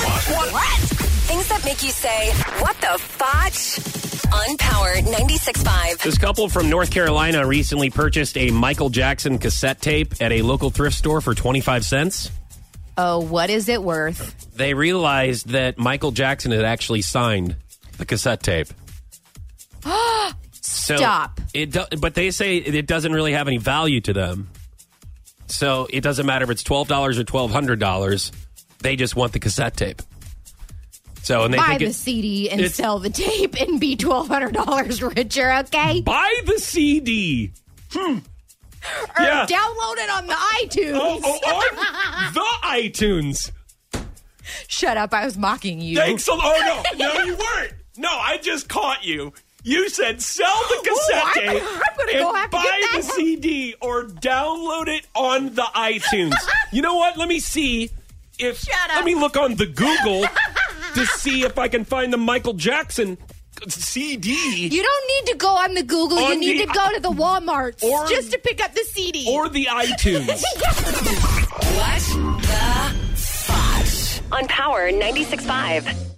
What? Things that make you say, what the fotch? On Power 96.5. This couple from North Carolina recently purchased a Michael Jackson cassette tape at a local thrift store for 25 cents. Oh, what is it worth? They realized that Michael Jackson had actually signed the cassette tape. so Stop. It do- but they say it doesn't really have any value to them. So it doesn't matter if it's $12 or $1,200. They just want the cassette tape. So, and they Buy think the it- CD and it's- sell the tape and be twelve hundred dollars richer, okay? buy the CD. Or yeah. download it on the iTunes. Oh, oh, on the iTunes. Shut up! I was mocking you. Thanks a lot. Oh, no. No, you weren't. No, I just caught you. You said sell the I- cassette tape I'm gonna and go have to buy get that the one. CD or download it on the iTunes. you know what? Let me see if. Shut Let up. me look on the Google to see if I can find the Michael Jackson CD You don't need to go on the Google. On you need the- to go to the Walmart Or- just to pick up the CD. or the iTunes. What the fotch? On Power 96.5.